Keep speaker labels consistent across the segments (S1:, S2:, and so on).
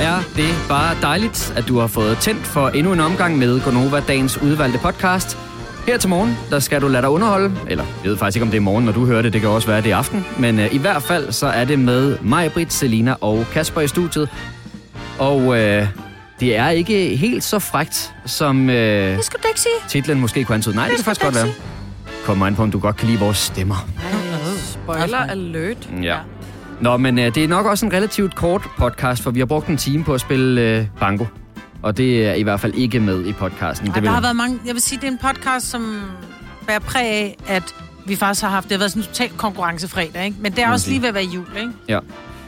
S1: er det bare dejligt, at du har fået tændt for endnu en omgang med Gonova Dagens udvalgte podcast. Her til morgen, der skal du lade dig underholde, eller jeg ved faktisk ikke, om det er morgen, når du hører det, det kan også være, det er aften, men øh, i hvert fald så er det med mig, Britt, Selina og Kasper i studiet. Og øh, det er ikke helt så frægt, som øh,
S2: Det skulle du ikke sige.
S1: titlen måske kunne antyde. Nej, det kan faktisk godt være. Kommer an på, om du godt kan lide vores stemmer.
S3: Spoiler alert.
S1: Ja. Nå, men øh, det er nok også en relativt kort podcast, for vi har brugt en time på at spille øh, banko. Og det er i hvert fald ikke med i podcasten.
S3: Ej,
S1: det
S3: der har været mange... Jeg vil sige, det er en podcast, som bærer præg af, at vi faktisk har haft... Det har været sådan en total konkurrencefredag, ikke? Men det er også
S1: sige.
S3: lige ved at være jul, ikke?
S1: Ja.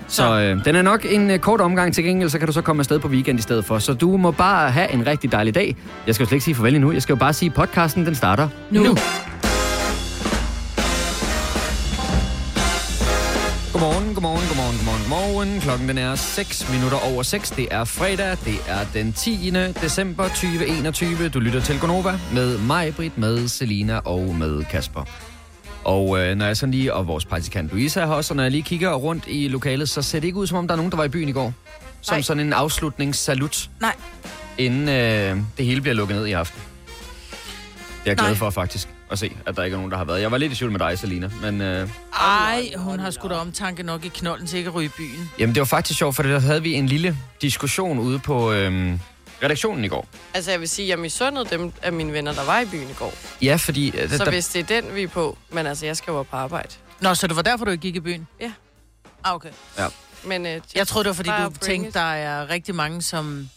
S1: Så øh, den er nok en øh, kort omgang. Til gengæld så kan du så komme afsted på weekend i stedet for. Så du må bare have en rigtig dejlig dag. Jeg skal jo slet ikke sige farvel endnu. Jeg skal jo bare sige, at podcasten den starter
S3: Nu. nu.
S1: Godmorgen, godmorgen, godmorgen, godmorgen, godmorgen. Klokken den er 6 minutter over 6. Det er fredag. Det er den 10. december 2021. Du lytter til Gonova med mig, Britt, med Selina og med Kasper. Og øh, når jeg sådan lige, og vores praktikant Louise er her også, og når jeg lige kigger rundt i lokalet, så ser det ikke ud, som om der er nogen, der var i byen i går. Som
S3: Nej.
S1: sådan en afslutningssalut,
S3: Nej,
S1: inden øh, det hele bliver lukket ned i aften. Det er jeg glad
S3: Nej.
S1: for faktisk at se, at der ikke er nogen, der har været. Jeg var lidt i tvivl med dig, Selina, men... Øh,
S3: ej, hun har sgu da omtanke nok i knolden til ikke at ryge i byen.
S1: Jamen, det var faktisk sjovt, for der havde vi en lille diskussion ude på øhm, redaktionen i går.
S4: Altså, jeg vil sige, jeg misundede dem af mine venner, der var i byen i går.
S1: Ja, fordi... Øh,
S4: Så
S1: der,
S4: hvis det er den, vi er på, men altså, jeg skal jo op på arbejde.
S3: Nå, så det var derfor, du ikke gik i byen?
S4: Ja.
S3: Ah, okay.
S4: Men øh,
S3: Jeg troede, det var, fordi
S4: Bare
S3: du
S4: bring
S3: tænkte,
S4: it.
S3: der er rigtig mange, som... Der er en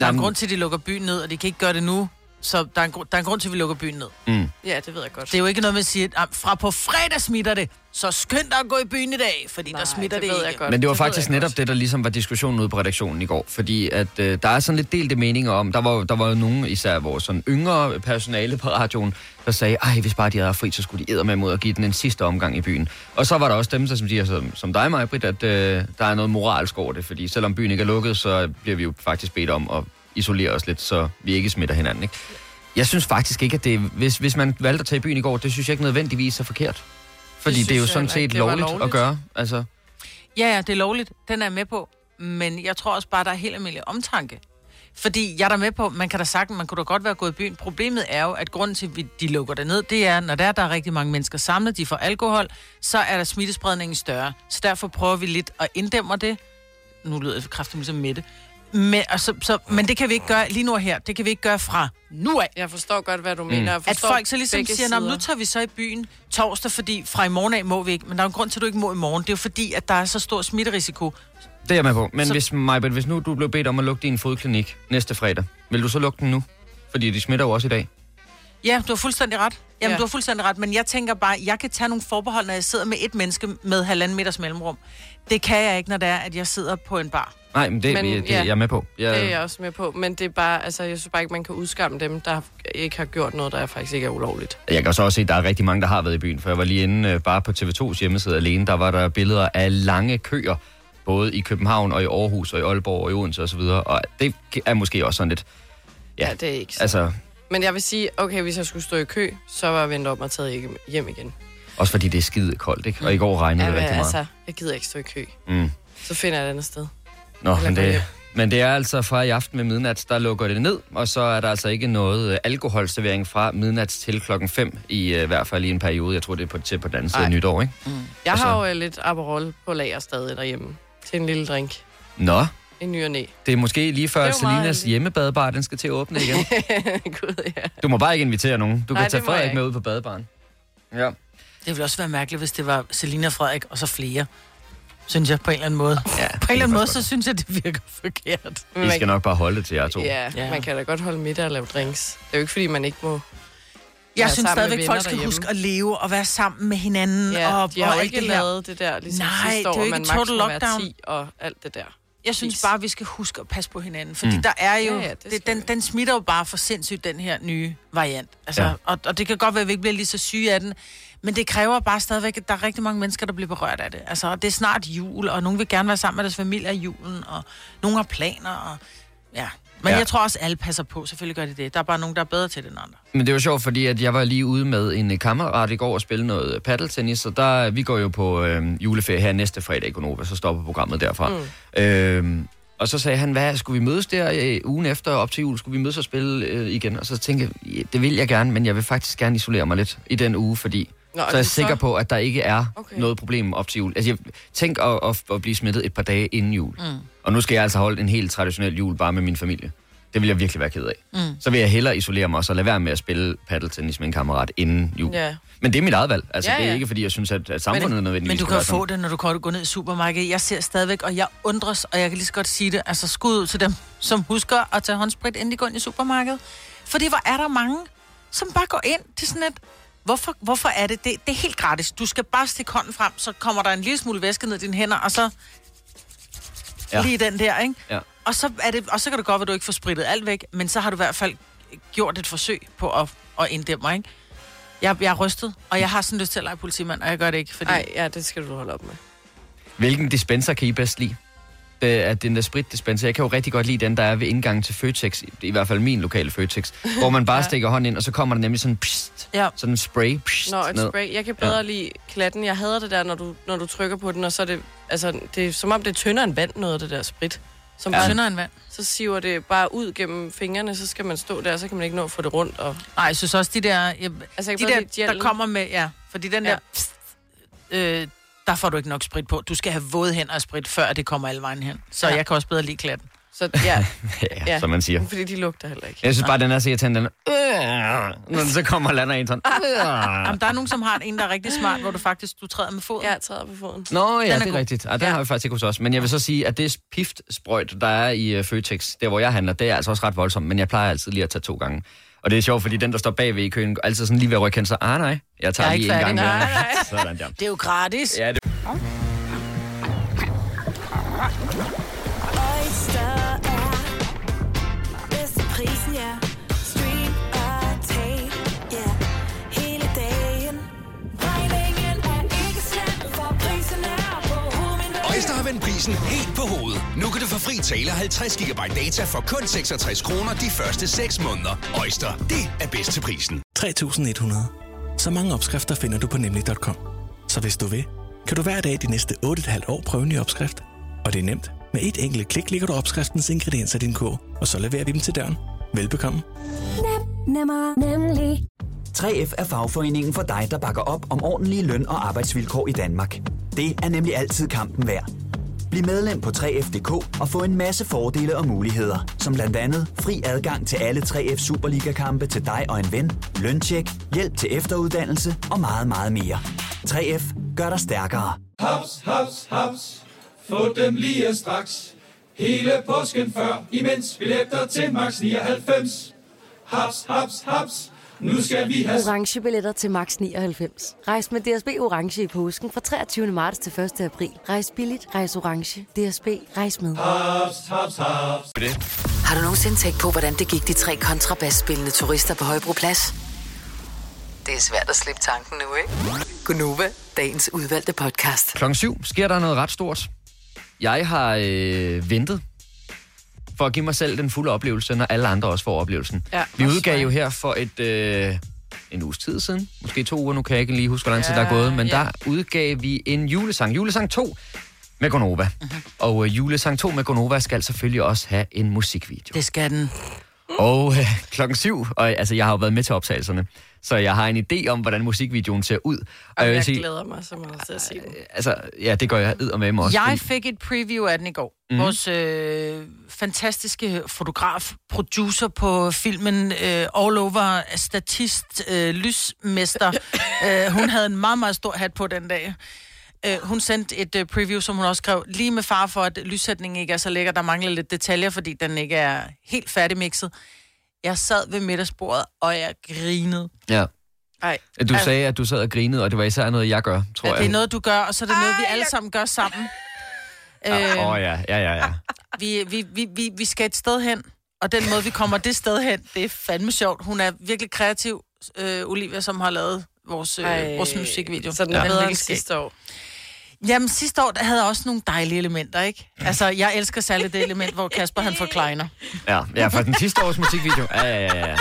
S1: Jamen-
S3: grund til, at de lukker byen ned, og de kan ikke gøre det nu. Så der er en, gru- der er en grund til, at vi lukker byen ned.
S1: mm.
S4: ja, det ved jeg godt.
S3: Det er jo ikke noget med at sige, at "Ah, fra på fredag smitter det, så skynd dig at gå i byen i dag, fordi Nej, der smitter det,
S4: ved
S3: det
S4: jeg
S3: ikke.
S4: godt.
S1: men det var
S4: ved
S1: faktisk
S4: jeg
S1: netop
S4: godt.
S1: det, der ligesom var diskussionen ude på redaktionen i går. Fordi at øh, der er sådan lidt delte meninger om... Der var, der var jo nogen, især vores sådan yngre personale på radioen, der sagde, ej, hvis bare de havde haft fri, så skulle de med mod at give den en sidste omgang i byen. Og så var der også dem, der, som siger, som, som dig, mig, Britt, at øh, der er noget moralsk over det. Fordi selvom byen ikke er lukket, så bliver vi jo faktisk bedt om at isolere os lidt, så vi ikke smitter hinanden, ikke? Jeg synes faktisk ikke, at det... Hvis, hvis man valgte at tage i byen i går, det synes jeg ikke nødvendigvis er forkert. Fordi det,
S4: synes
S1: det er jo
S4: jeg
S1: sådan
S4: heller
S1: set
S4: ikke. Det var
S1: lovligt, lovligt at
S4: lovligt.
S1: gøre. Altså,
S3: Ja, ja, det er lovligt. Den er jeg med på. Men jeg tror også bare, der er helt almindelig omtanke. Fordi jeg er der med på, man kan da sagt, man kunne da godt være gået i byen. Problemet er jo, at grunden til, at vi- de lukker det ned, det er, når der er, der er rigtig mange mennesker samlet, de får alkohol, så er der smittespredningen større. Så derfor prøver vi lidt at inddæmme det. Nu lyder jeg kraftigt som Mette. Men, og så, så, men det kan vi ikke gøre lige nu og her. Det kan vi ikke gøre fra nu af.
S4: Jeg forstår godt, hvad du mener. Jeg
S3: Mm. At
S4: forstår
S3: folk så ligesom
S4: begge
S3: siger, "Nå, men nu
S4: sider."
S3: tager vi så i byen torsdag, fordi fra i morgen af må vi ikke. Men der er jo en grund til, at du ikke må i morgen. Det er jo fordi, at der er så stor smitterisiko.
S1: Det er jeg med på. Men
S3: Så-
S1: hvis, Majbet, hvis nu du blev bedt om at lukke din fodklinik næste fredag, vil du så lukke den nu? Fordi de smitter jo også i dag.
S3: Ja, du har fuldstændig ret. Jamen,
S4: Ja.
S3: ja. du har fuldstændig ret, men jeg tænker bare, jeg kan tage nogle forbehold, når jeg sidder med et menneske med halvanden meters mellemrum. Det kan jeg ikke, når det er, at jeg sidder på en bar.
S1: Nej, men det, men,
S4: Men,
S1: det, det
S4: ja.
S1: jeg er med på. Jeg,
S4: Det er jeg også med på, men det er bare, altså, jeg synes bare ikke, man kan udskamme dem, der ikke har gjort noget, der faktisk ikke er ulovligt.
S1: jeg kan så også se, at der er rigtig mange, der har været i byen. For jeg var lige inde øh, bare på TV2's hjemmeside alene. Der var der billeder af lange køer, både i København og i Aarhus og i Aalborg og i Odense osv. Og det er måske også sådan lidt... Ja,
S4: Ja, det er ikke så.
S1: altså,
S4: Men jeg vil sige, okay, hvis jeg skulle stå i kø, så var jeg vendt om og taget hjem- hjem igen.
S1: også fordi det er skide koldt, ikke? Og i går regnede det
S4: men
S1: rigtig meget.
S4: altså, jeg gider ikke stå i kø.
S1: Mm.
S4: Så finder jeg et andet sted.
S1: Nå,
S4: Eller
S1: men
S4: gå hjem.
S1: det, men det er altså fra i aften ved midnat, der lukker det ned, og så er der altså ikke noget øh, alkoholservering fra midnat til klokken 5, i øh, hvert fald i en periode. Jeg tror, det er på, til på den anden side af
S4: Ej.
S1: nytår, ikke?
S4: Jeg
S1: Altså-
S4: altså... har jo øh, lidt Aperol på lager stadig derhjemme til en lille drink.
S1: Nå,
S4: En ny og næ.
S1: det er måske lige før
S4: Det er jo meget
S1: Selinas
S4: heldigt.
S1: hjemmebadbar, den skal til at åbne igen.
S4: Gud, ja.
S1: Du må bare ikke invitere nogen. Du
S4: Nej,
S1: kan tage
S4: det må jeg
S1: Frederik
S4: ikke.
S1: med ud på badebaren. Ja.
S3: Det ville også være mærkeligt, hvis det var Selina og Frederik, og så flere. Synes jeg på en eller anden måde. Ja, på en eller anden måde, så synes jeg, det virker forkert.
S4: Men
S1: I
S4: man,
S1: skal nok bare holde det til jer to.
S4: ja,
S3: Ja.
S4: ja, man kan da godt holde middag og lave drinks. Det er jo ikke, fordi man ikke må...
S3: Jeg
S4: være
S3: ja, synes
S4: sammen med
S3: stadigvæk,
S4: venner
S3: folk skal
S4: derhjemme.
S3: huske at leve og være sammen med hinanden.
S4: Ja,
S3: og,
S4: de har
S3: og
S4: jo
S3: alt
S4: ikke
S3: det her.
S4: lavet det der, ligesom
S3: Nej, det
S4: sidste
S3: er
S4: år,
S3: jo ikke
S4: man
S3: total
S4: maks må være
S3: lockdown.
S4: 10 og alt det der.
S3: Jeg synes
S4: Præcis.
S3: bare, vi skal huske at passe på hinanden, fordi mm. der er jo,
S4: Ja,
S3: ja,
S4: ja,
S3: ja,
S4: det
S3: det
S4: skal
S3: det,
S4: vi.
S3: den, den smitter jo bare for sindssygt, den her nye variant. Altså,
S1: Ja.
S3: ja. og, og det kan godt være, at vi ikke bliver lige så syge af den, men det kræver bare stadigvæk, at der er rigtig mange mennesker, der bliver berørt af det. Altså, og det er snart jul, og nogen vil gerne være sammen med deres familie i julen, og nogen har planer, og ja. Men
S1: Ja.
S3: ja. jeg tror også, at alle passer på, selvfølgelig gør de det. Der er bare nogen, der er bedre til det end andre.
S1: Men det var sjovt, fordi at jeg var lige ude med en øh, kammerat i går og spille noget øh, paddeltennis, og der, vi går jo på øh, juleferie her næste fredag i Gonova, så stopper programmet derfra. Mm. Øh, Og så sagde han, hvad, skulle vi mødes der øh, ugen efter op til jul? Skulle vi mødes og spille øh, igen? Og så tænkte jeg, "Ja, det vil jeg gerne, men jeg vil faktisk gerne isolere mig lidt i den uge, fordi
S4: Nå,
S1: Nå, så
S4: og
S1: er jeg
S4: det
S1: sikker
S4: så-
S1: på, at der ikke er
S4: Okay.
S1: okay. noget problem op til jul. Altså, jeg, tænk at, at, at blive smittet et par dage inden jul. Mm. Og nu skal jeg altså holde en helt traditionel jul bare med min familie. Det vil jeg virkelig være ked af. Mm. Så vil jeg hellere isolere mig og så lade være med at spille paddeltennis med en kammerat inden jul.
S4: Ja.
S1: Men det er mit eget valg. Altså,
S4: Ja,
S1: ja, ja. det
S4: ja.
S1: er ikke, fordi jeg synes, at, at samfundet men, nødvendigvis
S3: Men du
S1: skal
S3: kan jo
S1: være sådan.
S3: få det, når du kan gå ned i supermarkedet. Jeg ser stadigvæk, og jeg undres, og jeg kan lige så godt sige det. Altså skud ud til dem, som husker at tage håndsprit, inden de går ind i supermarkedet. Fordi hvor er der mange, som bare går ind til sådan et... Hvorfor, hvorfor er det? det? Det er helt gratis. Du skal bare stikke hånden frem, så kommer der en lille smule væske ned i dine hænder, og så ja.
S1: Ja.
S3: lige den der, ikke?
S1: Ja.
S3: Og så, er det, og så kan det godt være, at du ikke får spritet alt væk, men så har du i hvert fald gjort et forsøg på at, at inddæmme mig, ikke? Jeg, jeg er rystet, og jeg har sådan lyst til at lege politimand, og jeg gør det ikke, fordi...
S4: Nej, ja, det skal du holde op med.
S1: Hvilken dispenser kan I bedst lide? Øh, at den der spritdispenser, jeg kan jo rigtig godt lide den, der er ved indgangen til Føtex, i- i hvert fald min lokale Føtex, hvor man bare ja. stikker hånden ind, og så kommer der nemlig sådan, pst,
S3: Ja.
S1: sådan en spray pst,
S4: Nå, et
S1: ned.
S4: spray. Jeg kan bedre ja. lide klatten. Jeg hader det der, når du, når du trykker på den, og så er det, altså, det er som om det er tyndere end vand, noget af det der sprit. Som ja.
S3: Ja.
S4: bare,
S3: Tyndere end vand.
S4: så siver det bare ud gennem fingrene, så skal man stå der, så kan man ikke nå at få det rundt. Og,
S3: Nej, jeg synes også, de der... Jeg,
S4: altså, jeg
S3: de
S4: kan
S3: der,
S4: bedre lide
S3: der kommer med... Ja, fordi den
S4: Ja.
S3: ja. der... Pst, øh, der får du ikke nok sprit på. Du skal have våde hænder og sprit, før det kommer alle vejen hen. Så
S4: Ja.
S3: ja. jeg kan også bedre lide klatten.
S4: Så, ja,
S1: ja,
S4: Ja.
S1: ja. som man siger.
S4: fordi de lugter heller ikke.
S1: Jeg synes bare, den er så irriterende, den er, øh, når den så kommer og lander en sådan. Øh.
S3: Jamen, der er nogen, som har en, der er rigtig smart, hvor du faktisk du træder med foden. Ja.
S4: Jeg træder på foden.
S1: Nå ja,
S3: er
S1: det er
S3: god.
S1: rigtigt. Ej, den
S3: Ja.
S1: har vi faktisk ikke hos os. Men jeg vil så sige, at det piftsprøjt, der er i uh, Føtex, der hvor jeg handler, det er altså også ret voldsomt, men jeg plejer altid lige at tage to gange. Og det er sjovt, fordi den, der står bagved i køen, altid sådan lige ved at rykke hen, så, ah nej, jeg tager
S3: Jeg er
S1: lige
S3: ikke
S1: en gang
S3: færdig,
S1: mere.
S3: nej,
S1: Sådan der.
S3: Det er jo gratis. Ja.
S1: Ja, det...
S2: Oyster er bedst til prisen, ja. Stream og tag, ja. Hele dagen. Regningen er ikke slem, for prisen er på hovedet.
S5: Øjster har vendt prisen helt på hovedet. Nu kan du få fri tale 50 GB data for kun 66 kroner de første 6 måneder. Øjster, det er bedst til prisen.
S6: 3100. Så mange opskrifter finder du på nemlig.com. Så hvis du vil, kan du hver dag de næste 8,5 år prøve en ny opskrift. Og det er nemt. Med et enkelt klik ligger du opskriftens ingredienser i din kog, og så leverer vi dem til døren. Velbekomme.
S2: Nem, nemmer, nemlig.
S7: 3F er fagforeningen for dig, der bakker op om ordentlige løn- og arbejdsvilkår i Danmark. Det er nemlig altid kampen værd. Bliv medlem på 3F.dk og få en masse fordele og muligheder, som blandt andet fri adgang til alle 3F Superliga-kampe til dig og en ven, løntjek, hjælp til efteruddannelse og meget, meget mere. 3F gør dig stærkere.
S8: Haps, haps, haps. Få dem lige straks. Hele påsken før, imens billetter til max 99. Haps, haps, haps. Nu skal vi have
S9: Orange billetter til max 99. Rejs med DSB Orange i påsken fra 23. marts til 1. april. Rejs billigt, rejs orange. DSB, rejs med.
S10: Har du nogensinde tænkt på, hvordan det gik de tre kontrabasspillende turister på Højbroplads? Det er svært at slippe tanken nu, ikke? Gunova, dagens udvalgte podcast.
S1: Klokken syv sker der noget ret stort. Jeg har øh, ventet for at give mig selv den fulde oplevelse, når alle andre også får oplevelsen.
S4: Ja,
S1: Vi
S4: hvor
S1: udgav
S4: sejt.
S1: jo her for et øh, en uges tid siden, måske to uger, nu kan jeg ikke lige huske, hvor lang tid der er
S4: Ja,
S1: gået, men
S4: ja.
S1: ja. der udgav vi en julesang, julesang 2 med Gonova.
S4: Mhm.
S1: Og øh, julesang 2 med Gonova skal selvfølgelig også have en musikvideo.
S3: Det skal den.
S1: Og øh, klokken syv, og altså jeg har jo været med til optagelserne, så jeg har en idé om, hvordan musikvideoen ser ud. Og jeg vil
S4: Jeg
S1: sige,
S4: glæder mig så meget til at se den.
S1: altså, ja, det gør jeg eddermame også. Mhm.
S3: Jeg fik et preview af den i går. Mm. Vores øh, fantastiske fotograf, producer på filmen øh, All Over, statist, øh, lysmester. øh, hun havde en meget, meget stor hat på den dag. Øh, hun sendte et øh, preview, som hun også skrev, lige med far for, at lyssætningen ikke er så lækker. Der mangler lidt detaljer, fordi den ikke er helt færdigmixet. Jeg sad ved middagsbordet, og jeg grinede.
S1: Ja.
S4: Ej,
S1: Du sagde, at du sad og grinede, og det var især noget, jeg gør, tror
S3: Ja,
S1: jeg.
S3: det er noget, du gør, og så er det noget, vi alle sammen gør sammen.
S1: Åh
S3: øh,
S1: oh, ja, ja, ja, ja.
S3: vi, vi, vi, vi, vi skal et sted hen, og den måde, vi kommer det sted hen, det er fandme sjovt. Hun er virkelig kreativ, øh, Olivia, som har lavet vores, øh, vores musikvideo.
S4: Så den
S3: Ja.
S4: er bedre end
S3: Virkelig skæg.
S4: sidste år.
S3: Jamen, sidste år der havde jeg også nogle dejlige elementer, ikke? Altså, jeg elsker særligt det element, hvor Kasper han forklejner.
S1: Ja, ja for den sidste års musikvideo. Ja, ja, ja, ja.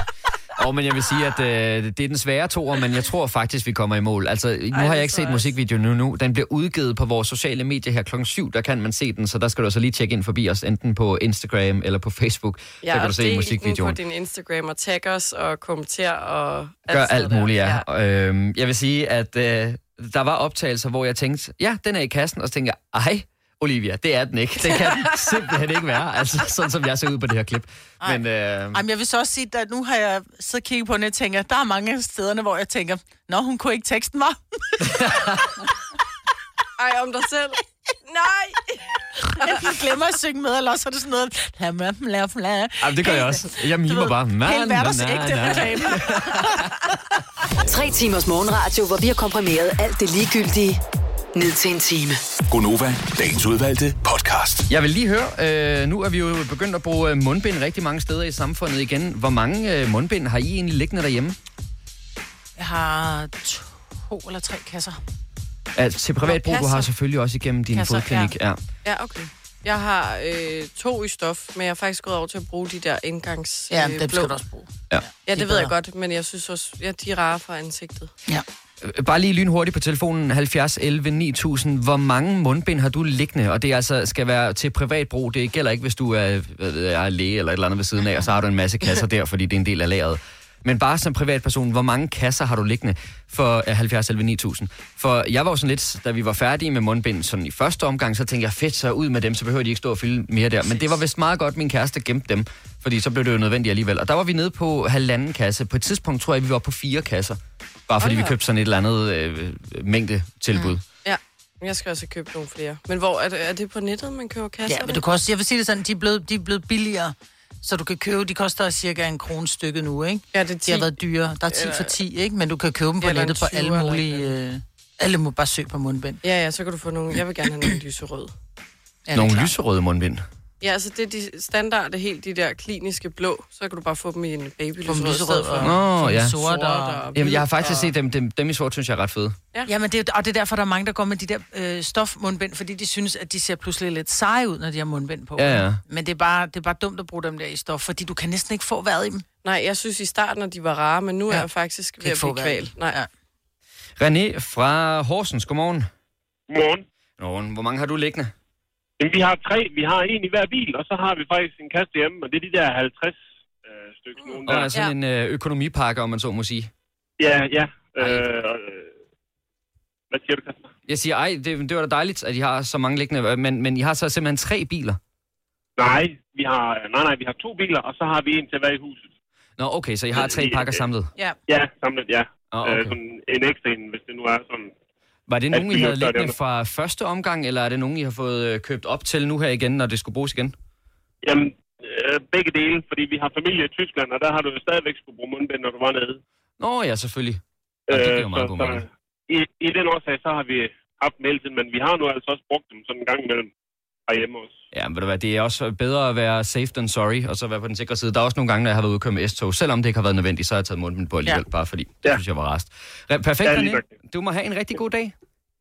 S1: Og men jeg vil sige, at øh, det er den svære toer, men jeg tror faktisk, vi kommer i mål. Altså, nu har jeg ikke set musikvideoen nu, nu. Den bliver udgivet på vores sociale medier her klokken 7. Der kan man se den, så der skal du så lige tjekke ind forbi os, enten på Instagram eller på Facebook. Ja, så kan
S4: og
S1: du
S4: del
S1: se
S4: den
S1: musikvideoen.
S4: på din Instagram og tag os og kommenter og...
S1: Gør
S4: sådan
S1: alt
S4: noget
S1: muligt,
S4: der.
S1: ja. ja. Øhm, jeg vil sige, at øh, der var optagelser, hvor jeg tænkte, ja, den er i kassen, og så tænkte jeg, ej, Olivia, det er den ikke. Det kan den simpelthen ikke være, altså sådan som jeg ser ud på det her klip. Men, øh,
S3: Jamen, jeg vil så også sige, at nu har jeg siddet og kigget på den, og jeg tænker, der er mange af stederne, hvor jeg tænker, nå, hun kunne ikke teksten, var.
S4: Ej, om dig selv. Nej!
S3: Enten glemmer at synge med, eller også er det sådan noget, lad mig, lad mig, lad
S1: Jamen, det gør jeg også. Jamen,
S3: Du
S1: himer
S3: ved,
S1: bare. Man,
S3: Helt
S1: na,
S3: hverdagsægte
S1: na.
S3: reklame.
S10: Tre timers morgenradio, hvor vi har komprimeret alt det ligegyldige ned til en time.
S5: Gonova, dagens udvalgte podcast.
S1: Jeg vil lige høre, øh, nu er vi jo begyndt at bruge øh, mundbind rigtig mange steder i samfundet igen. Hvor mange øh, mundbind har I egentlig liggende derhjemme?
S3: Jeg har to eller tre kasser.
S1: Altså, til privat brug, du har
S4: passer.
S1: selvfølgelig også igennem din
S3: Kasser, ja.
S1: fodklinik. Ja.
S4: Ja, okay. Jeg har øh, to i stof, men jeg er faktisk gået over til at bruge de der indgangs...
S3: Ja,
S4: øh,
S3: det
S4: blå.
S3: skal du også bruge.
S4: Ja,
S3: De er
S4: det ved jeg
S3: bedre.
S4: godt, men jeg synes også, ja, de er rare for ansigtet.
S3: Ja.
S1: Øh, Bare lige lynhurtigt på telefonen 70 11 9000. Hvor mange mundbind har du liggende? Og det altså skal være til privat brug. Det gælder ikke, hvis du er, hvad ved jeg, er læge eller et eller andet ved siden af, og så har du en masse kasser der, fordi det er en del af lageret. Men bare som privatperson, hvor mange kasser har du liggende for øh, 70 11 9000? For jeg var jo sådan lidt, da vi var færdige med mundbind sådan i første omgang, så tænkte jeg, fedt, så ud med dem, så behøver de ikke stå og fylde mere der. Men det var vist meget godt, min kæreste gemte dem, fordi så blev det jo nødvendigt alligevel. Og der var vi nede på halvanden kasse. På et tidspunkt tror jeg, vi var på fire kasser. Bare fordi vi købte sådan et eller andet øh, mængde tilbud. Mm.
S4: Ja, men jeg skal også købe nogle flere. Men hvor er det, er det på nettet, man køber kasser?
S3: Ja, men du kan også, jeg vil sige det sådan, de er blevet, de er blevet billigere, så du kan købe, de koster cirka en krone stykket nu, ikke?
S4: Ja, det er 10.
S3: De har været dyre. Der er 10 for 10, ikke? Men du kan købe dem på
S4: Eller en
S3: nettet på
S4: 20
S3: alle
S4: eller
S3: mulige... Øh, alle må bare søge på mundbind.
S4: Ja, ja, så kan du få nogle... Jeg vil gerne have nogle lyserøde.
S3: Ja, det er
S1: Nogle
S3: klart.
S1: lyserøde mundbind.
S4: Ja, altså det er de standarde, helt de der kliniske blå. Så kan du bare få dem i en
S3: På
S4: babylyserød.
S3: dem lyserød og
S4: for
S1: Nå,
S3: sådan
S1: ja.
S3: sort. Og,
S4: og
S1: Jamen, jeg har
S4: hvid
S1: faktisk
S4: og-
S1: set dem, dem, dem i sort, synes jeg er ret fede.
S3: Ja, men det er, jo- og det er derfor, der er mange, der går med de der øh, stofmundbind, fordi de synes, at de ser pludselig lidt seje ud, når de har mundbind på.
S1: Ja, ja.
S3: Men det er, bare, det er bare dumt at bruge dem der i stof, fordi du kan næsten ikke få vejret i dem. Du
S4: Nej, jeg synes i starten, at de var rare, men nu ja.
S3: Ja.
S4: er jeg faktisk
S3: kan
S4: ved
S3: ikke
S4: at
S3: få
S4: blive
S3: vejret. i
S4: kval.
S3: dem.
S4: Nej,
S3: Ja.
S1: René fra Horsens, godmorgen.
S11: Morgen.
S1: Godmorgen. Hvor mange har du liggende?
S11: Jamen, vi har tre. Vi har en i hver bil, og så har vi faktisk en kasse hjemme, og det er de der 50 øh, stykker. Nogen
S1: Mm. Og
S11: der.
S1: er sådan en øh, økonomipakke, om man så må sige.
S11: Ja, ja.
S1: Ej.
S11: Øh, og, øh, hvad siger du, Kasper?
S1: Jeg siger, ej, det, det var da dejligt, at I har så mange liggende, øh, men, men I har så simpelthen tre biler.
S11: Nej, vi har, nej, nej, vi har to biler, og så har vi en til hver i huset.
S1: Nå, okay, så I har tre pakker samlet.
S3: ja.
S11: Ja, samlet, ja.
S1: Åh,
S11: Øh,
S1: okay.
S11: sådan en ekstra en, hvis det nu er sådan.
S1: Var det nogen, I
S11: biler
S1: havde
S11: står
S1: liggende
S11: dernede.
S1: fra første omgang, eller er det nogen, I har fået øh, købt op til nu her igen, når det skulle bruges igen?
S11: Jamen, øh, begge dele, fordi vi har familie i Tyskland, og der har du jo stadigvæk skulle bruge mundbind, når du var nede.
S1: Nå ja, selvfølgelig. Ja, det giver jo
S11: Øh,
S1: meget
S11: så-
S1: god
S11: så
S1: mening.
S11: I, I den årsag, så har vi haft dem hele tiden, men vi har nu altså også brugt dem sådan en gang imellem herhjemme også.
S1: Ja, men ved du hvad, det er også bedre at være safe than sorry, og så være på den sikre side. Der er også nogle gange, når jeg har været ude og køre med S-tog, selvom det ikke har været nødvendigt, så har jeg taget mundbind på alligevel, ja. bare fordi det ja.
S11: Ja.
S1: synes jeg var rest. Re- Perfekt,
S11: Ja, lige
S1: René.
S11: nøjagtigt.
S1: Du må have en rigtig god dag.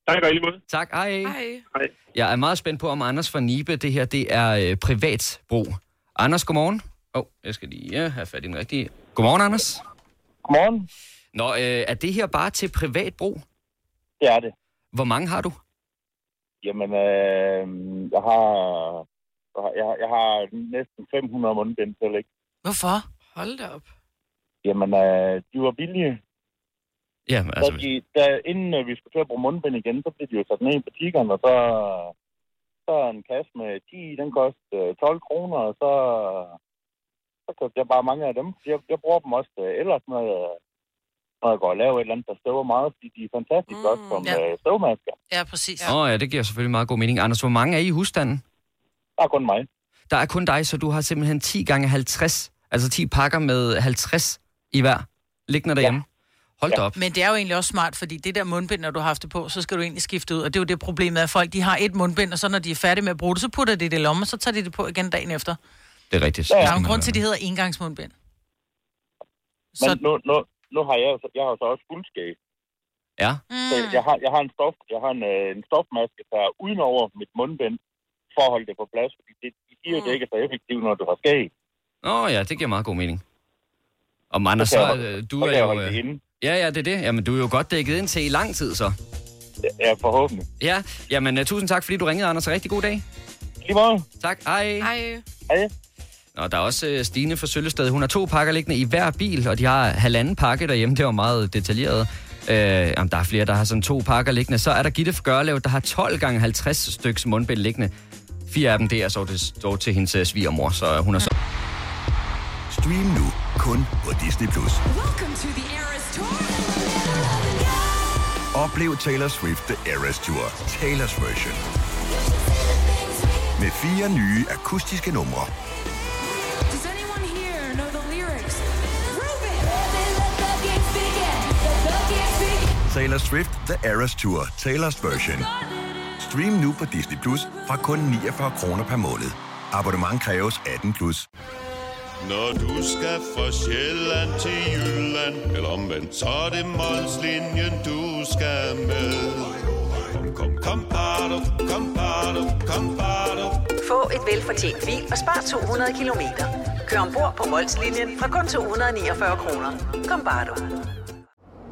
S11: Tak og i lige måde.
S1: Tak, hej. hej.
S4: Hej.
S1: Jeg er meget spændt på, om Anders fra Nibe, det her, det er øh, privat brug. Anders, godmorgen. Åh, oh, jeg skal lige ja, have fat i den rigtige. Godmorgen, Anders.
S11: Godmorgen.
S1: Nå, øh, er det her bare til privat brug?
S11: Det er det.
S1: Hvor mange har du?
S11: Jamen, øh, jeg har... Jeg, har- jeg har næsten 500 mundbind til, ikke?
S3: Hvorfor?
S4: Hold da op.
S11: Jamen, øh, de var billige.
S1: Ja, altså,
S11: Altså, de, da, inden øh, vi skulle til at bruge mundbind igen, så blev de jo sat ned i butikkerne, og så, så en kasse med 10, den kostede øh, 12 kroner, og så, så købte jeg bare mange af dem. Jeg, jeg bruger dem også øh, ellers, når jeg, når jeg går og laver et eller andet, der støver meget, fordi de er fantastisk mm, godt som
S3: ja.
S11: ja. øh, støvmasker.
S3: Ja, præcis.
S1: Åh oh, ja, det giver selvfølgelig meget god mening. Anders, hvor mange er I i husstanden?
S11: Der er kun mig.
S1: Der er kun dig, så du har simpelthen 10 gange 50, altså 10 pakker med 50 i hver, liggende derhjemme. Ja. Hold da op.
S3: Men det er jo egentlig også smart, fordi det der mundbind, når du har haft det på, så skal du egentlig skifte ud. Og det er jo det problemet, at folk de har et mundbind, og så når de er færdige med at bruge det, så putter de det i lommen, og så tager de det på igen dagen efter.
S1: Det er rigtigt.
S11: Ja, ja.
S3: Der er jo en grund til, at de hedder engangsmundbind.
S11: Men
S3: Så,
S11: nu, nu, nu har jeg, jo så- jeg har jo så også guldskæg.
S1: Ja.
S11: Så
S3: Mm.
S11: jeg, har, jeg har en stof, jeg har en, øh, en stofmaske, der er udenover mit mundbind, for at holde det på plads,
S3: Mm.
S11: fordi det, de siger jo, det ikke er så effektivt, når du har skæg.
S1: Åh oh, ja, det giver meget god mening. Og man,
S11: Så kan
S1: så,
S11: jeg holde-
S1: øh,
S11: så
S1: du
S11: kan
S1: er
S11: jeg
S1: jo...
S11: holde det
S1: øh,
S11: inde.
S1: Ja, ja, det er det. Jamen, du er jo godt dækket ind til i lang tid, så.
S11: Ja, forhåbentlig.
S1: Ja, jamen, øh, tusind tak, fordi du ringede, Anders. Rigtig god dag.
S11: Lige meget.
S1: Tak, hej.
S4: Hej.
S11: Hej.
S1: Og der er også øh, Stine fra Søllested. Hun har to pakker liggende i hver bil, og de har halvanden pakke derhjemme. Det var meget detaljeret. Øh, jamen, der er flere, der har sådan to pakker liggende. Så er der Gitte fra Gørlev, der har 12 gange 50 styks mundbind liggende. Fire af dem, det er så det står til hendes øh, svigermor, så øh, hun er så...
S12: Stream nu kun på Disney+. Plus.
S2: Welcome to the Eras Tour.
S12: Oplev Taylor Swift The Eras Tour, Taylor's version. Med fire nye akustiske numre.
S2: Does anyone here know the lyrics?
S12: Taylor Swift The Eras Tour, Taylor's version. Stream nu på Disney Plus fra kun 49 kroner per måned. Abonnement kræves 18 plus.
S13: Når du skal fra Sjælland til Jylland Eller omvendt, så er det Molslinjen, du skal med Kom, kom, kom, bado, kom, bado, kom, bado.
S14: Få et velfortjent bil og spar 200 kilometer. Kør ombord på Molslinjen fra kun 249 kroner. Kom bare du.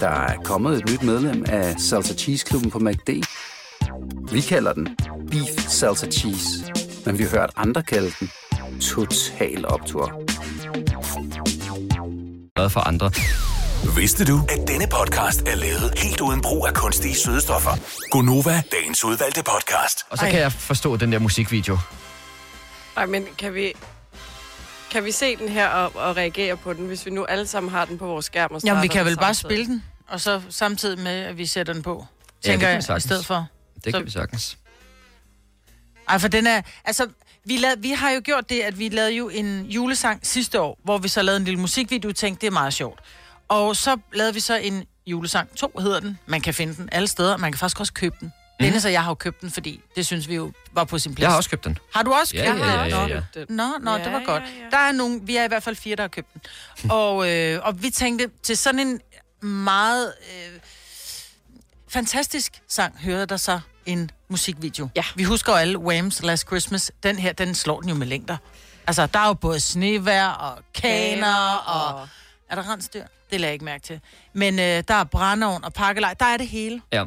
S15: Der er kommet et nyt medlem af Salsa Cheese Klubben på MACD. Vi kalder den Beef Salsa Cheese, men vi har hørt andre kalde den Total Optor.
S1: glad for andre.
S12: Vidste du, at denne podcast er lavet helt uden brug af kunstige sødestoffer? Gonova, dagens udvalgte podcast.
S1: Og så
S4: Ej.
S1: kan jeg forstå den der musikvideo.
S4: Nej, men kan vi... Kan vi se den her og, og reagere på den, hvis vi nu alle sammen har den på vores skærm? Og
S3: Jamen, vi
S4: starter
S3: kan
S4: den
S3: vel bare
S4: samtidig?
S3: spille den, og så samtidig med, at vi sætter den på.
S1: Ja, det
S3: Tænker
S1: kan vi
S3: jeg, i
S1: sagtens.
S3: stedet for.
S1: Det
S3: Så-
S1: kan vi sagtens.
S3: Ej, for den er... Altså, vi, lad, vi har jo gjort det, at vi lavede jo en julesang sidste år, hvor vi så lavede en lille musikvideo og tænkte, det er meget sjovt. Og så lavede vi så en julesang 2, hedder den. Man kan finde den alle steder, man kan faktisk også købe den. Mm. Dennis og jeg har jo købt den, fordi det synes vi jo var på sin
S1: Mhm.
S3: plads.
S1: Jeg har også købt den.
S3: Har du også
S1: Ja,
S3: købt
S1: ja, ja,
S3: den?
S1: ja,
S3: Nå.
S1: ja.
S3: Nå, nå,
S4: Ja,
S3: det var
S4: ja,
S3: godt. Der er nogle, vi er i hvert fald fire, der har købt den. Og, øh, og vi tænkte, til sådan en meget øh, fantastisk sang, hører der så en musikvideo. Ja. Vi husker jo alle Wham's Last Christmas. Den her, den slår den jo med længder. Altså, der er jo både snevær og kaner og... Er der rensdyr? Det lader jeg ikke mærke til. Men øh, der er brandovn og pakkelej. Der er det hele.
S1: Ja.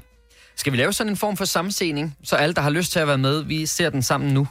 S1: Skal vi lave sådan en form for sammensening, så alle, der har lyst til at være med, vi ser den sammen nu?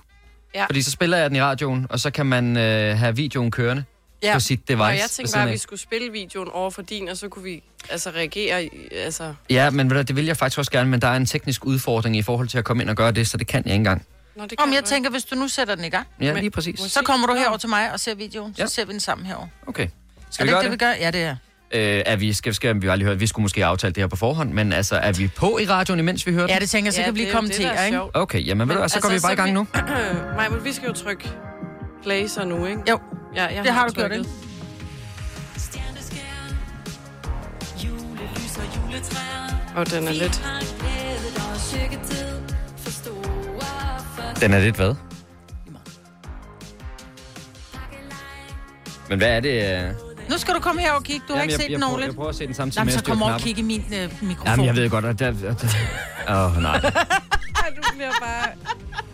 S4: Ja.
S1: Fordi så spiller jeg den i radioen, og så kan man øh, have videoen kørende ja. på sit device.
S4: Og jeg
S1: ved
S4: tænkte
S1: siden
S4: bare, at
S1: af.
S4: vi skulle spille videoen over for din, og så kunne vi altså reagere, i- altså...
S1: Ja, men ved du, det vil jeg faktisk også gerne, men der er en teknisk udfordring i forhold til at komme ind og gøre det, så det kan jeg ikke engang.
S4: Nå, det
S3: Om jeg tænker, hvis du nu sætter den i gang.
S1: Ja, lige præcis.
S3: Så kommer du herover til mig og ser videoen. Så ja. ser vi den sammen herover.
S1: Okay.
S3: er
S1: Skal
S3: det
S1: vi gøre
S3: ikke det, vi
S1: det?
S3: gør? Ja, det er.
S1: Øh, er vi, skal, skal, vi har lige hørt, vi skulle måske aftale det her på forhånd, men altså, er vi på i radioen, imens vi hører den?
S3: Ja, det Altså, tænker jeg, så Ja, kan vi lige det er jo komme det, til, der er ikke? sjovt.
S1: Okay, jamen ved du, hvad, så går vi bare i gang nu.
S4: Nej, men altså, vi skal jo trykke play så nu, ikke?
S3: Jo,
S4: ja, jeg
S3: det har du gjort,
S4: trykket. Og den er lidt...
S1: Den er lidt hvad? Men hvad er det? øh?
S3: Nu skal du komme her og kigge. Du har
S1: Jamen,
S3: ikke
S1: jeg-
S3: set
S1: jeg
S3: den
S1: prøver-
S3: ordentligt.
S1: jeg prøver at se den samtidig
S3: Jamen,
S1: med at
S3: så
S1: styre
S3: kom over og
S1: knapper.
S3: kigge i min øh, mikrofon.
S1: Jamen, jeg ved godt, at der... der- der- Åh, oh, nej.
S4: du bliver bare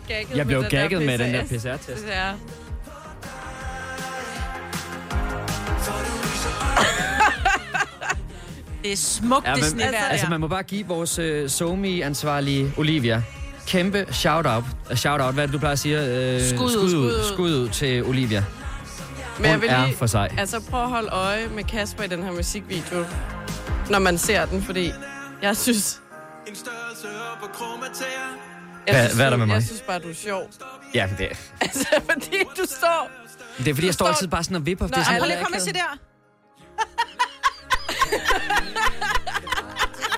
S4: gagget
S1: Jeg blev
S4: med
S1: gagget
S4: den
S1: med den der
S4: der
S1: PCR-test.
S4: PCR.
S3: Det er smukt, ja,
S1: Ja,
S3: det
S1: men,
S3: snevejr.
S1: altså, man må bare give vores øh, SoMe-ansvarlige Olivia kæmpe shout-out. Shout-out, hvad er det, du plejer at sige? Øh,
S4: Skud ud,
S1: skud,
S4: skud
S1: ud,
S4: ud.
S1: skud ud til Olivia.
S4: Men jeg
S1: Hun
S4: vil
S1: er
S4: lige,
S1: for sej.
S4: Altså, prøv at holde øje med Kasper i den her musikvideo, når man ser den, fordi jeg synes... Jeg
S1: Hvad-
S4: synes,
S1: hvad er der med
S4: du- Jeg
S1: mig?
S4: synes bare, du er sjov.
S1: Ja, det er,
S4: Altså, fordi du står...
S1: det er fordi, jeg står altid bare sådan og vipper.
S4: Nå,
S1: det er sådan,
S4: ej, prøv lige
S1: lidt
S4: at komme og se
S1: akavet.
S3: der.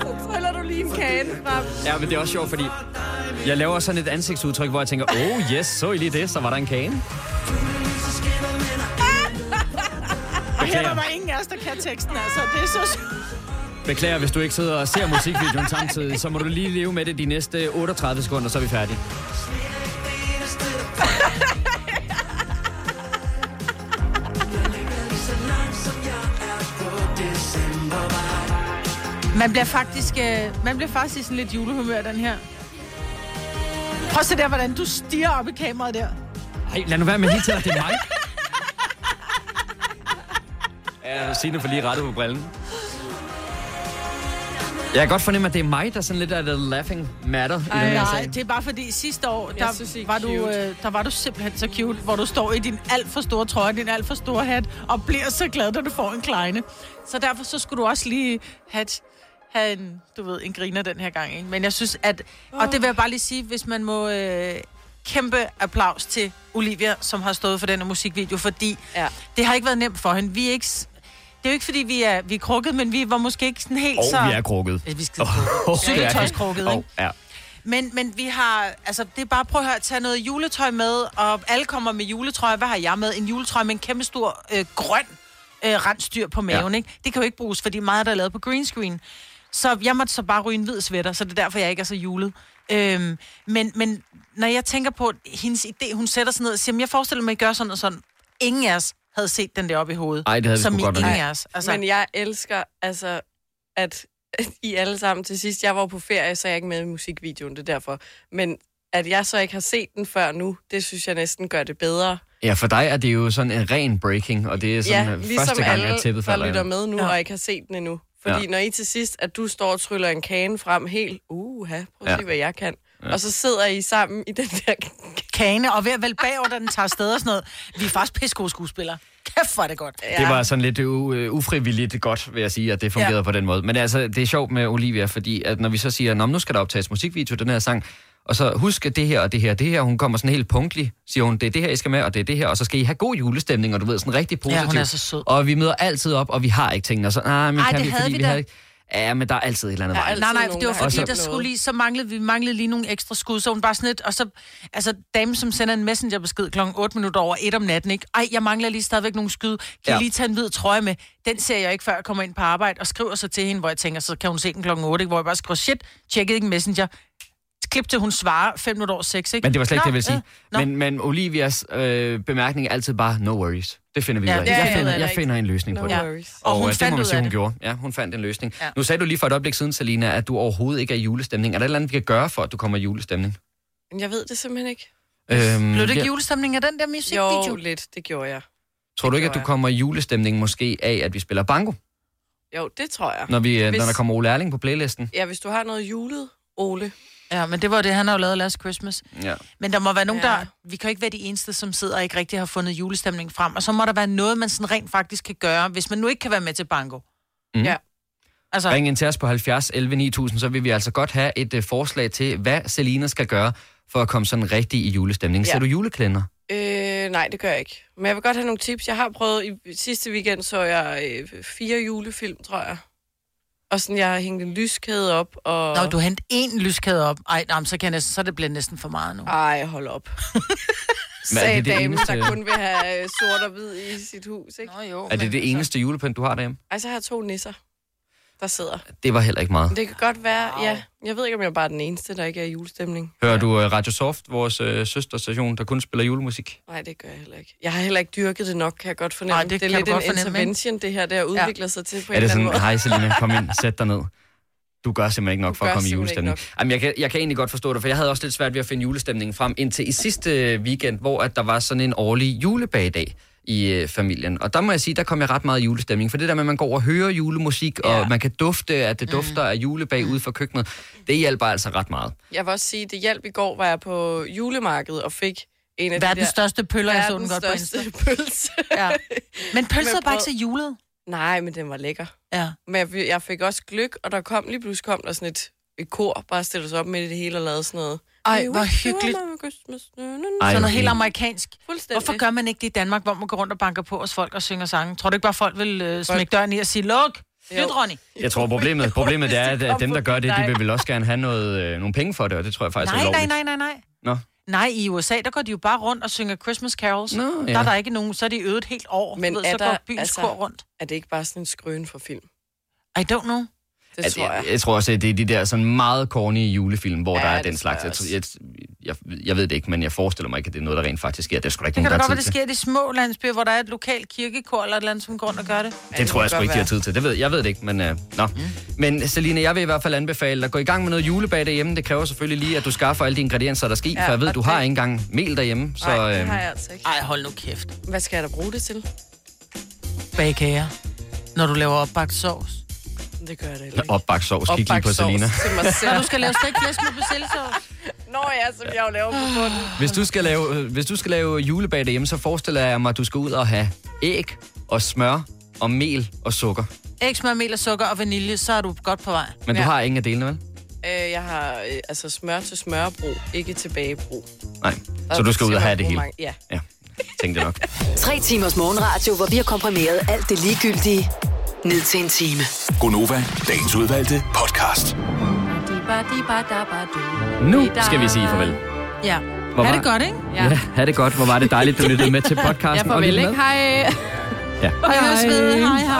S4: Så tryller du lige en kane frem.
S1: Ja, men det er også sjovt, fordi jeg laver sådan et ansigtsudtryk, hvor jeg tænker, oh yes, så I lige det, så var der en kane.
S3: Og her er der bare ingen af os, der kan teksten, altså. Det er så sjovt.
S16: Beklager, hvis du ikke sidder og ser musikvideoen samtidig, så må du lige leve med det de næste 38 sekunder, så er vi færdige.
S3: Man bliver faktisk, øh, man bliver faktisk i sådan lidt julehumør, den her. Prøv at se der, hvordan du stiger op i kameraet der.
S16: Ej, lad nu være med at til, at det er mig. Ja, Signe får lige rettet på brillen. Jeg kan godt fornemme, at det er mig, der sådan lidt er the laughing matter i den
S3: Ej,
S16: her
S3: nej,
S16: sag.
S3: det er bare fordi sidste år,
S4: altså. Jeg
S3: der,
S4: synes,
S3: synes,
S4: I er
S3: var du,
S4: cute.
S3: øh, der var du simpelthen så cute, hvor du står i din alt for store trøje, din alt for store hat, og bliver så glad, når du får en kleine. Så derfor så skulle du også lige have, et- have en, du ved, en griner den her gang. Ikke? Men jeg synes, at... Og det vil jeg bare lige sige, hvis man må... Øh, kæmpe applaus til Olivia, som har stået for denne musikvideo, fordi ja. det har ikke været nemt for hende. Vi er ikke... s- Det er jo ikke, fordi vi er, vi er krukket, men vi var måske ikke sådan helt
S16: Og
S3: så...
S16: vi er krukket.
S3: Vi skal
S16: oh,
S3: Syltetøjskrukket, ikke?
S16: ja.
S3: Men, men vi har, altså det er bare, prøv at høre, tage noget juletøj med, og alle kommer med juletøj. Hvad har jeg med? En juletrøje med en kæmpe stor øh, grøn øh, rensdyr på maven, ja. ikke? Det kan jo ikke bruges, fordi meget der er lavet på green screen. Så jeg måtte så bare ryge en hvid sweater, så det er derfor, jeg ikke er så julet. Øhm, men, men når jeg tænker på hendes idé, hun sætter sig ned og siger, "Men jeg forestiller mig, at I gør sådan og sådan. Ingen af os havde set den der op i hovedet.
S1: Ej, det havde vi
S3: som
S1: sgu
S3: i
S1: godt nok
S3: ingen
S1: ikke.
S3: af os.
S4: Altså. Men jeg elsker, altså, at I alle sammen til sidst, jeg var jo på ferie, så jeg er ikke med i musikvideoen, det er derfor. Men at jeg så ikke har set den før nu, det synes jeg næsten gør det bedre.
S1: Ja, for dig er det jo sådan en ren breaking, og det er sådan
S4: ja,
S1: øh,
S4: ligesom
S1: første gang,
S4: alle,
S1: at tæppet
S4: der
S1: falder.
S4: lytter
S1: ind.
S4: med nu, ja. og ikke har set den endnu. Fordi
S1: Ja.
S4: ja. når I til sidst, at du står og tryller en kane frem helt, uha, prøv at
S1: Ja.
S4: ja. se, hvad jeg kan.
S1: Ja.
S4: Ja. Og så sidder I sammen i den der...
S3: Kane, og ved at vælge bagover, da den tager afsted og sådan noget. Vi er faktisk pisse gode skuespillere. Kæft, hvor er det godt.
S16: Det var sådan lidt u- øh, ufrivilligt godt, vil jeg sige, at det fungerede
S3: Ja.
S16: ja.
S1: på den måde. Men altså, det er sjovt med Olivia, fordi at når vi så siger, "Nå, men nu skal der optages musikvideo, til den her sang, og så husk at det her og det her og det her, hun kommer sådan helt punktlig, siger hun, det er det her, I skal med, og det er det her, og så skal I have god julestemning, og du ved, sådan rigtig
S3: Ja, hun
S1: positivt.
S3: er så sød.
S1: Og vi møder altid op, og vi har ikke tingene, og så, nej, men
S3: Ej,
S1: kan
S3: det
S1: vi,
S3: havde
S1: fordi
S3: vi
S1: vi havde
S3: da.
S1: ikke... Ja, men der er altid et eller andet
S3: Ja,
S1: vej.
S3: nej, nej, for det var
S1: Og
S3: fordi,
S1: så-
S3: der skulle lige, så manglede, vi manglede lige nogle ekstra skud, så hun bare sådan lidt, og så, altså, dame, som sender en messengerbesked klokken 8 minutter over 1 om natten, ikke? Ej, jeg mangler lige stadigvæk nogle skud. Kan ja.
S1: Ja.
S3: jeg lige tage en hvid trøje med? Den ser jeg ikke, før jeg kommer ind på arbejde, og skriver så til hende, hvor jeg tænker, så kan hun se den klokken 8, ikke? Hvor jeg bare skriver, shit, tjekkede ikke messenger. Klip til, hun svarer 5 minutter over 6, ikke?
S1: Men det var slet ikke det, jeg ville sige.
S3: øh, nå.
S1: Men, men Olivias øh, bemærkning er altid bare, no worries. Det finder vi
S3: Ja,
S1: ud af.
S3: det er
S1: Jeg
S3: jeg
S1: finder,
S3: heller
S1: jeg
S3: ikke.
S1: finder en løsning
S3: No
S1: på det.
S3: worries.
S1: Og,
S3: Og
S1: og
S3: hun
S1: øh, det
S3: fandt
S1: må man
S3: ud
S1: sige,
S3: af
S1: hun
S3: det.
S1: gjorde. Ja, hun fandt en løsning.
S3: Ja.
S1: Nu sagde du lige for et øjeblik siden, Selina, at du overhovedet ikke er i julestemning. Er der et eller andet, vi kan gøre for, at du kommer i julestemning?
S4: Men jeg ved det simpelthen ikke.
S1: Øhm,
S3: Blev det ikke
S1: ja.
S3: julestemning af den der musikvideo?
S4: Jo, lidt, det gjorde jeg.
S1: Tror du ikke, at du kommer i julestemning måske af, at vi spiller bango,
S4: Jo, det tror jeg.
S1: når, vi, øh,
S4: Hvis-
S1: når der kommer Ole Erling på playlisten?
S4: Ja, hvis du har noget julet, Ole.
S3: Ja, men det var jo det, han har jo lavet Last Christmas.
S1: Ja.
S3: Men der må være nogen, ja.
S4: Ja.
S3: der... Vi kan jo ikke være de eneste, som sidder og ikke rigtig har fundet julestemning frem. Og så må der være noget, man sådan rent faktisk kan gøre, hvis man nu ikke kan være med til banko.
S1: Mm.
S3: Ja. Altså,
S1: Så. Ring ind til os på 70 11 9000, så vil vi altså godt have et uh, forslag til, hvad Selina skal gøre for at komme sådan rigtig i julestemning. Ja.
S4: Ja.
S1: Ser du juleklænder?
S4: Øh, nej, det gør jeg ikke. Men jeg vil godt have nogle tips. Jeg har prøvet, i sidste weekend så jeg øh, fire julefilm, tror jeg. Og sådan, jeg har hængt en lyskæde op, og...
S3: Nå, du hent én lyskæde op. Ej, nej, men så, kan jeg, næsten- så er det bliver næsten for meget nu.
S4: Ej, hold op.
S1: Men er
S4: Sagde
S1: det det
S4: damen, der
S1: eneste-
S4: kun vil have øh, sort og hvid i sit hus, ikke? Nå
S3: jo.
S1: Er det det eneste julepynt, du har derhjemme?
S4: Ej, så har jeg to nisser, der sidder.
S1: Det var heller ikke meget.
S4: Men Det kan godt være, ja. Jeg ved ikke, om jeg er bare den eneste, der ikke er i julestemning.
S1: Hører du uh, Radio Soft, vores uh, søsterstation, der kun spiller julemusik?
S4: Nej, det gør jeg heller ikke. Jeg har heller ikke dyrket det nok, kan jeg godt fornemme.
S3: Ej,
S4: Ej,
S3: det
S4: det, det er
S3: kan du
S4: lidt
S3: godt
S4: en
S3: fornemme, ikke?
S4: intervention, det her, der udvikler sig til på
S1: er det
S4: en eller
S1: sådan,
S4: anden måde.
S1: hej Selina, kom ind, sæt dig ned. Du gør simpelthen ikke nok for at
S4: gør
S1: komme i
S4: simpelthen
S1: julestemning. Jamen, jeg, kan, jeg kan egentlig godt forstå det, for jeg havde også lidt svært ved at finde julestemningen frem indtil i sidste øh, weekend, hvor at der var sådan en årlig julebagdag i øh, familien. Og der må jeg sige, der kom jeg ret meget i julestemning. For det der med, at man går og hører julemusik, ja. og man kan dufte, at det dufter af julebag ude fra køkkenet, det hjælper altså ret meget.
S4: Jeg vil også sige, det hjalp i går, var jeg på julemarkedet og fik en af de
S3: Verdens
S4: der...
S3: største pøller, jeg så den godt på
S4: Verdens største
S3: Insta.
S4: pølse.
S3: Ja. Men pølser er
S4: Med
S3: bare ikke
S4: brød.
S3: så julet.
S4: Nej, men den var lækker.
S3: Ja.
S4: Men jeg, fik- jeg fik også gløk, og der kom lige pludselig kom der sådan et, et kor, bare stillede sig op midt i det hele og lavede sådan noget.
S3: Ej,
S4: Det
S3: hvor
S4: var-
S3: hyggeligt.
S4: det var Christmas. Nå, nå, nå.
S3: Ej, sådan
S4: hvor
S3: noget helt
S4: fint.
S3: amerikansk. Hvorfor gør man ikke det i Danmark, hvor man går rundt og banker på hos folk og synger sange? Tror du ikke bare, folk vil øh, smække døren i og sige, luk, lyt, Ronny.
S1: Jeg tror, problemet, problemet det er, at, at dem, der gør det, de
S3: Nej.
S1: vil vel også gerne have noget, øh, nogle penge for det, og det tror jeg faktisk er
S3: Nej, nej,
S1: ulovligt.
S3: nej, nej, nej.
S1: Nå.
S3: Nej, i USA, der går de jo bare rundt og synger Christmas carols. Nå,
S1: ja.
S3: Der er der ikke nogen, så er de øvet et helt år.
S4: Men
S3: du ved,
S4: er
S3: så
S4: der-
S3: går byens
S4: altså-
S3: altså... kor rundt.
S4: Er det ikke bare sådan en skrøn for film?
S3: I don't know.
S4: Det
S1: at,
S4: tror jeg.
S1: Altså, jeg. Jeg tror også, at det er de der sådan meget corny julefilm, hvor
S4: Ja,
S1: ja, der er
S4: det
S1: den
S4: tror
S1: slags.
S4: jeg
S1: Jeg, tror- jeg, jeg, jeg ved det ikke, men jeg forestiller mig ikke, at det er noget, der rent faktisk sker. Det er sgu da ikke
S3: Det kan da
S1: nogen,
S3: godt
S1: der
S3: være,
S1: har
S3: det
S1: tid til.
S3: sker i de små landsbyer, hvor der er et lokalt kirkekor eller et eller andet, som går rundt og gør det.
S1: Det, tror jeg sgu ikke, de har tid til. Det ved, jeg ved det ikke, men øh, nå. Mm. Men Selina, jeg vil i hvert fald anbefale dig at gå i gang med noget julebag derhjemme. Det kræver selvfølgelig lige, at du skaffer alle dine ingredienser, der sker,
S4: Ja,
S1: ja, for jeg ved,
S4: og
S1: du har
S4: det-
S1: ikke engang mel derhjemme. Så,
S4: Nej, det
S1: øh,
S4: har jeg altså ikke.
S3: Ej, hold nu kæft.
S4: Hvad skal jeg da bruge det til?
S3: Bagkager. Når du laver opbagt sovs.
S4: Det gør jeg da ikke.
S1: Opbagt sovs. Kig lige på
S4: Opbagt sovs
S1: Selina.
S4: til mig selv.
S3: Når du skal lave stegt flæsk med persillesovs.
S4: Nå ja, som jeg jo laver på bunden.
S1: Hvis du skal lave, øh, hvis du skal lave julebag derhjemme, så forestiller jeg mig, at du skal ud og have æg og smør og mel og sukker.
S3: Æg, smør, mel og sukker og vanilje, så er du godt på vej.
S1: Men ja. du har ingen af delene, vel?
S4: Øh, jeg har øh, altså smør til smørbrug, ikke tilbagebrug.
S1: Nej.
S4: Og
S1: Så du skal ud og
S4: man
S1: have det
S4: bruge
S1: hele.
S4: mange- Ja.
S1: Tænkte nok.
S10: Tre timers morgenradio, hvor vi har komprimeret alt det ligegyldige ned til en time.
S5: Gonova, dagens udvalgte podcast.
S16: Nu skal vi sige farvel.
S3: Ja.
S16: Hvor
S3: er
S16: var-
S3: det godt, ikke?
S16: Ja. ja, ha' det godt. Hvor var det dejligt, du lyttede med til podcasten.
S17: Ja,
S16: og
S17: farvel,
S16: lyttede
S17: ikke? Hej.
S16: med. Ja.
S3: Hej, hej. Hej, hej.